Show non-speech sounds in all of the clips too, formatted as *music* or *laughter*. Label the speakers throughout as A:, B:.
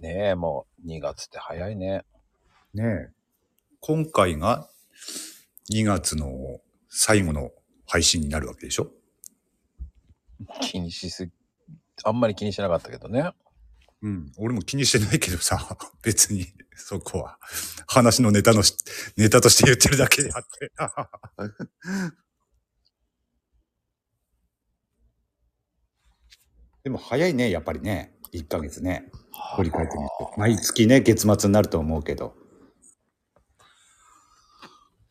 A: ねえ、もう2月って早いね。
B: ねえ。今回が2月の最後の配信になるわけでしょ
A: 気にしすぎ、あんまり気にしなかったけどね。
B: うん。俺も気にしてないけどさ、 *laughs* 別にそこは話のネタのし、ネタとして言ってるだけであって。 *laughs* でも早いね、やっぱりね。1ヶ月ね。振り返ってみると。毎月ね、月末になると思うけど。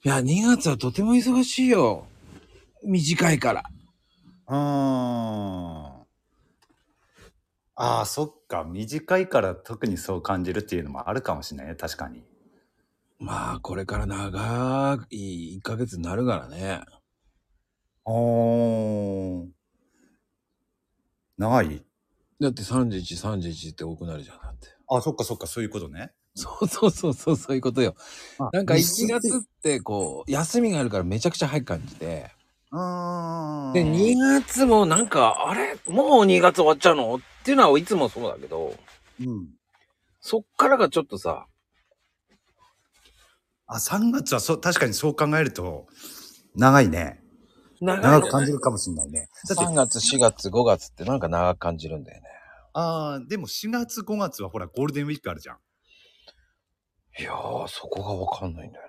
A: いや、2月はとても忙しいよ。短いから。
B: あーあー、そっか。短いから特にそう感じるっていうのもあるかもしれないね。確かに。
A: まあ、これから長い1ヶ月になるからね。
B: おー。長い
A: だって31、31って多くなるじゃん。だって。
B: あ、そっかそっか、そういうことね。
A: そうそうそうそう、そういうことよ。なんか1月ってこう、休みがあるからめちゃくちゃ早く感じて。
B: あー
A: で、2月もなんか、あれもう2月終わっちゃうのっていうのはいつもそうだけど、
B: うん。
A: そっからがちょっとさ、
B: あ、3月はそう、確かにそう考えると、長いね。
A: 長
B: 長
A: い
B: く感じるかもしれないね。だっ
A: 3
B: て、
A: 月、4月、5月ってなんか長く感じるんだよね。
B: ああ、でも4月5月はほら、ゴールデンウィークあるじゃん。
A: いやー、そこがわかんないんだよ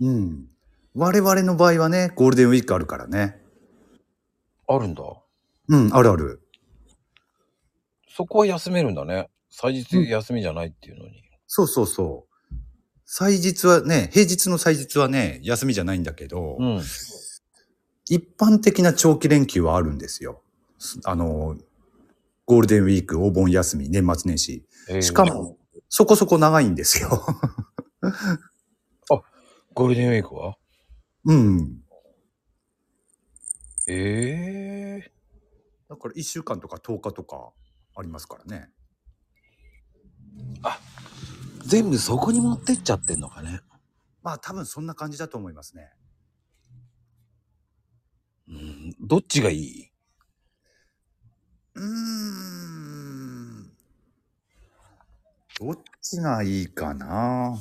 A: ね。
B: うん。我々の場合はね、ゴールデンウィークあるからね。
A: あるんだ。
B: うん、あるある。
A: そこは休めるんだね。祭日休みじゃないっていうのに。
B: そうそうそう。祭日はね、平日の祭日はね、休みじゃないんだけど、
A: うん。あ
B: 一般的な長期連休はあるんですよ。すあの、ゴールデンウィーク、お盆休み、年末年始。しか。も、そこそこ長いんですよ。 *laughs*
A: ゴールデンウィークは
B: うん。
A: ええ
B: だから1週間とか10日とかありますからね。
A: 全部そこに持ってっちゃってんのかね。
B: まあ多分そんな感じだと思いますね。
A: うん。どっちがいいう
B: ーん。どっちがいいかな。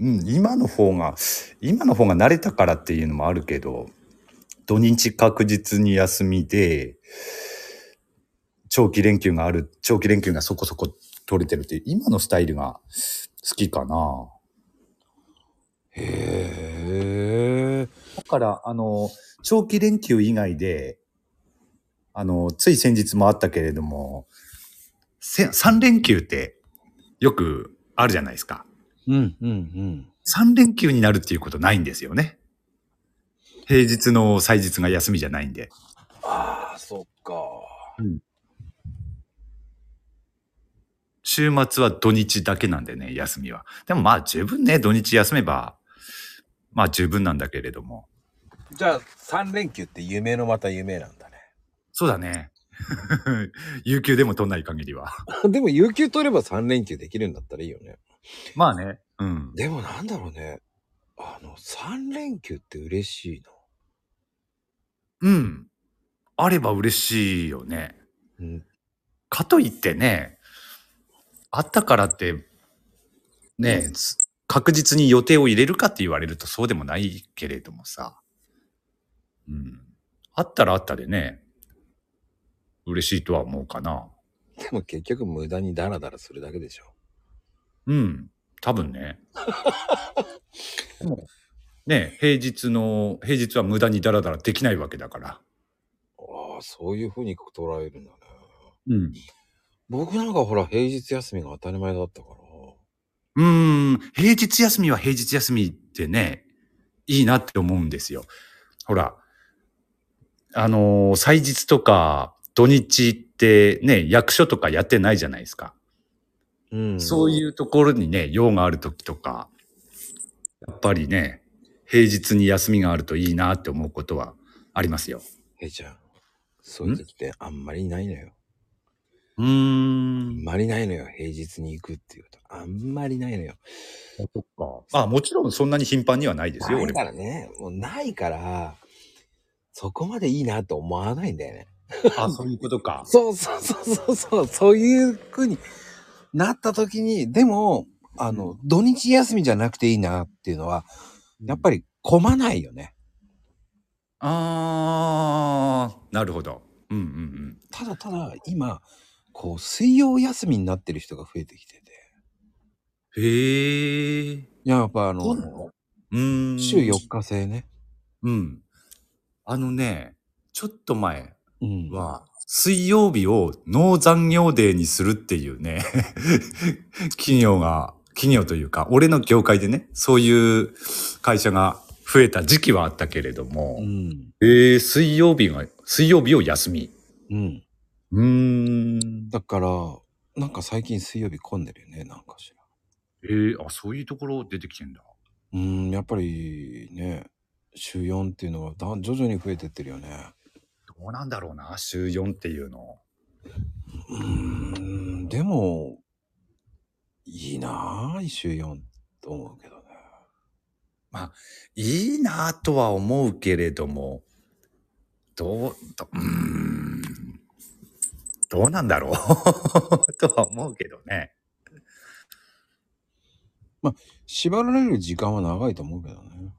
B: うん、今の方が、今の方が慣れたからっていうのもあるけど、土日確実に休みで、長期連休がある、長期連休がそこそこ取れてるっていう、今のスタイルが好きかな。
A: へえ。
B: だから、あの、長期連休以外で、あの、つい先日もあったけれども、せ3連休ってよくあるじゃないですか。
A: うんうんうん。
B: 3連休になるっていうことないんですよね。平日の祭日が休みじゃないんで。
A: ああ、そっか。
B: 週末は土日だけなんでね、休みは。でもまあ十分ね、土日休めば、まあ十分なんだけれども。
A: じゃあ、3連休って夢のまた夢なんだね。
B: そうだね。 *laughs* 有給でも取んない限りは。
A: *laughs* でも、有給取れば3連休できるんだったらいいよね。
B: まあね。うん。
A: でも、なんだろうね。あの、3連休って嬉しいな。
B: うん。あれば嬉しいよね。
A: うん。
B: かといってね、あったからって、ね、す確実に予定を入れるかって言われるとそうでもないけれどもさ。うん。あったらあったでね、嬉しいとは思うかな。
A: でも、結局、無駄にダラダラするだけでしょ。
B: うん。多分ね。 *laughs* でもね、平日の、平日は無駄にダラダラできないわけだから。
A: ああ、そういうふうに捉えるんだね。
B: うん。
A: 僕なんかほら、平日休みが当たり前だったから。
B: うーん、平日休みは平日休みってね、いいなって思うんですよ。ほら、あのー祭日とか土日ってね、役所とかやってないじゃないですか。
A: うん
B: そう
A: う。
B: いうところにね、用がある時とか、やっぱりね、平日に休みがあるといいなって思うことはありますよ。
A: えいちゃん、そういう時ってあんまりないのよ。
B: うー
A: あん
B: ん。
A: まりないのよ。平日に行くっていうこと。あんまりないのよ。
B: まあもちろんそんなに頻繁にはないですよ、
A: ない
B: 俺
A: か
B: も。
A: らね。もうないから、そこまでいいなと思わないんだよね。
B: あ、そういうことか。
A: そうそうそうそうそう、そういうふうになった時に、でも、あの、土日休みじゃなくていいなっていうのは、やっぱ
B: り。
A: り混まないよね。
B: ああ、なるほど。うんうんうん。
A: ただただ今、こう、水曜休みになってる人が増えてきてて。
B: へえ。
A: いややっぱあ
B: そうな
A: の、
B: うーん。
A: 週4日制ね。
B: うん。あのね、ちょっと前
A: うん。
B: は、水曜日をノー残業デーにするっていうね、 *laughs* 企業が、企業というか、俺の業界でね、そういう会社が増えた時期はあったけれども、
A: うん。
B: えー、水曜日が、水曜日を休み。
A: うん。
B: うーん。
A: だから、なんか最近水曜日混んでるよね、なんかしら。
B: えー、あ、そういうところ出てきてんだ。
A: うん、やっぱりね、週4っていうのはだ徐々に増えてってるよね。
B: どうなんだろうな、週4っていうの。
A: うん、でも、いいなぁ、週4と思うけどね。
B: いいなぁとは思うけれども、どう、ど、うーん、どう *laughs* なんだろうとは思うけどね。
A: 縛られる時間は長いと思うけどね。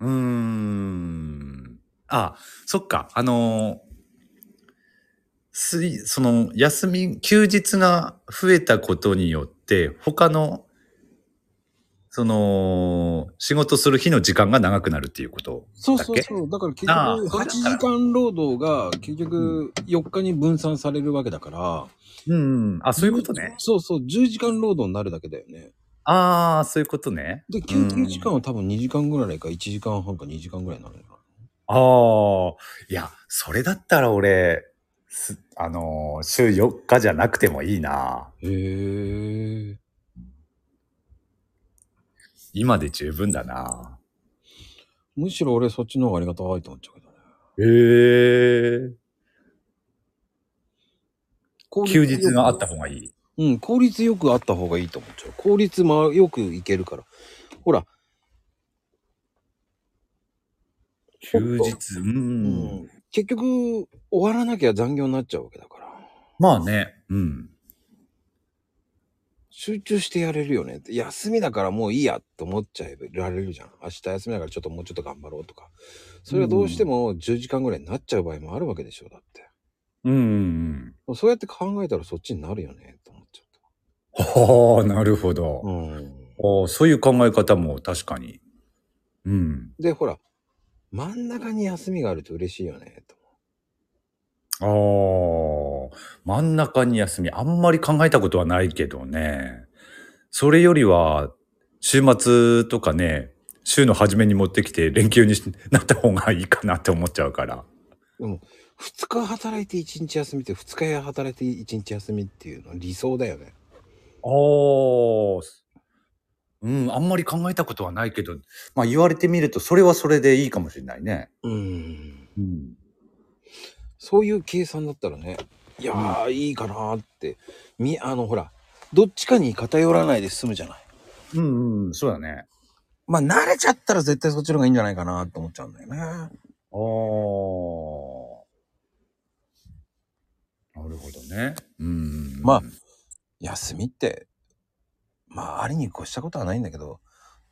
B: うーん。あ、そっか、あのー、すい、その、休み、休日が増えたことによって、他の、その、仕事する日の時間が長くなるっていうこと
A: そう
B: だっ
A: そう
B: け
A: そう。だから結
B: ああ
A: 局、8時間労働が結局4日に分散されるわけだから。
B: うん。あ、そういうことね。
A: そうそう、10時間労働になるだけだよね。
B: ああ、そういうことね。
A: で、休憩時間は多分2時間ぐらいか1時間半か2時間ぐらいになるのかな。
B: ああ、いや、それだったら俺、すあのー週4日じゃなくてもいいな。
A: へえ。
B: 今で十分だな。
A: むしろ俺そっちの方がありがたいと思っちゃうけどね。
B: へえ。休日があった方がいい。
A: うん、効率よくあった方がいいと思っちゃう。効率もよくいけるから。ほら、
B: 休日、うん。
A: うん、結局、終わらなきゃ残業になっちゃうわけだから。
B: まあね、うん。
A: 集中してやれるよねって。休みだからもういいやと思っちゃえられるじゃん。明日休みだからちょっともうちょっと頑張ろうとか。それはどうしても10時間ぐらいになっちゃう場合もあるわけでしょ、だって。
B: うんうん
A: そうやって考えたらそっちになるよね、と思っちゃ
B: *laughs* うん。はあ、なるほど
A: う。。うん。
B: あーそういう考え方も確かに。うん。
A: で、ほら、真ん中に休みがあると嬉しいよね、と。
B: ああ、真ん中に休み、あんまり考えたことはないけどね。それよりは、週末とかね、週の初めに持ってきて連休にしなった方がいいかなって思っちゃうから。
A: でも、2日働いて1日休みって、2日働いて1日休みっていうのは理想だよね。
B: ああ、うん、あんまり考えたことはないけど、まあ言われてみると、それはそれでいいかもしれないね。
A: うん。
B: うん。
A: そういう計算だったらね、いやー、いいかなーって。み、あの、ほら、どっちかに偏らないで済むじゃない。
B: うん、うん、そうだね。
A: まあ、慣れちゃったら絶対そっちの方がいいんじゃないかなって思っちゃうんだよね。あ
B: ああ。なるほどね。うん。
A: まあ休みって、まあ、ありに越したことはないんだけど、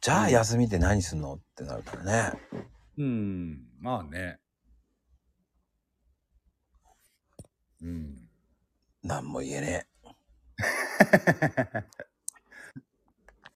A: じゃあ休みって何すんのってなるからね。
B: うん、まあね。うん。
A: なんも言えねえ。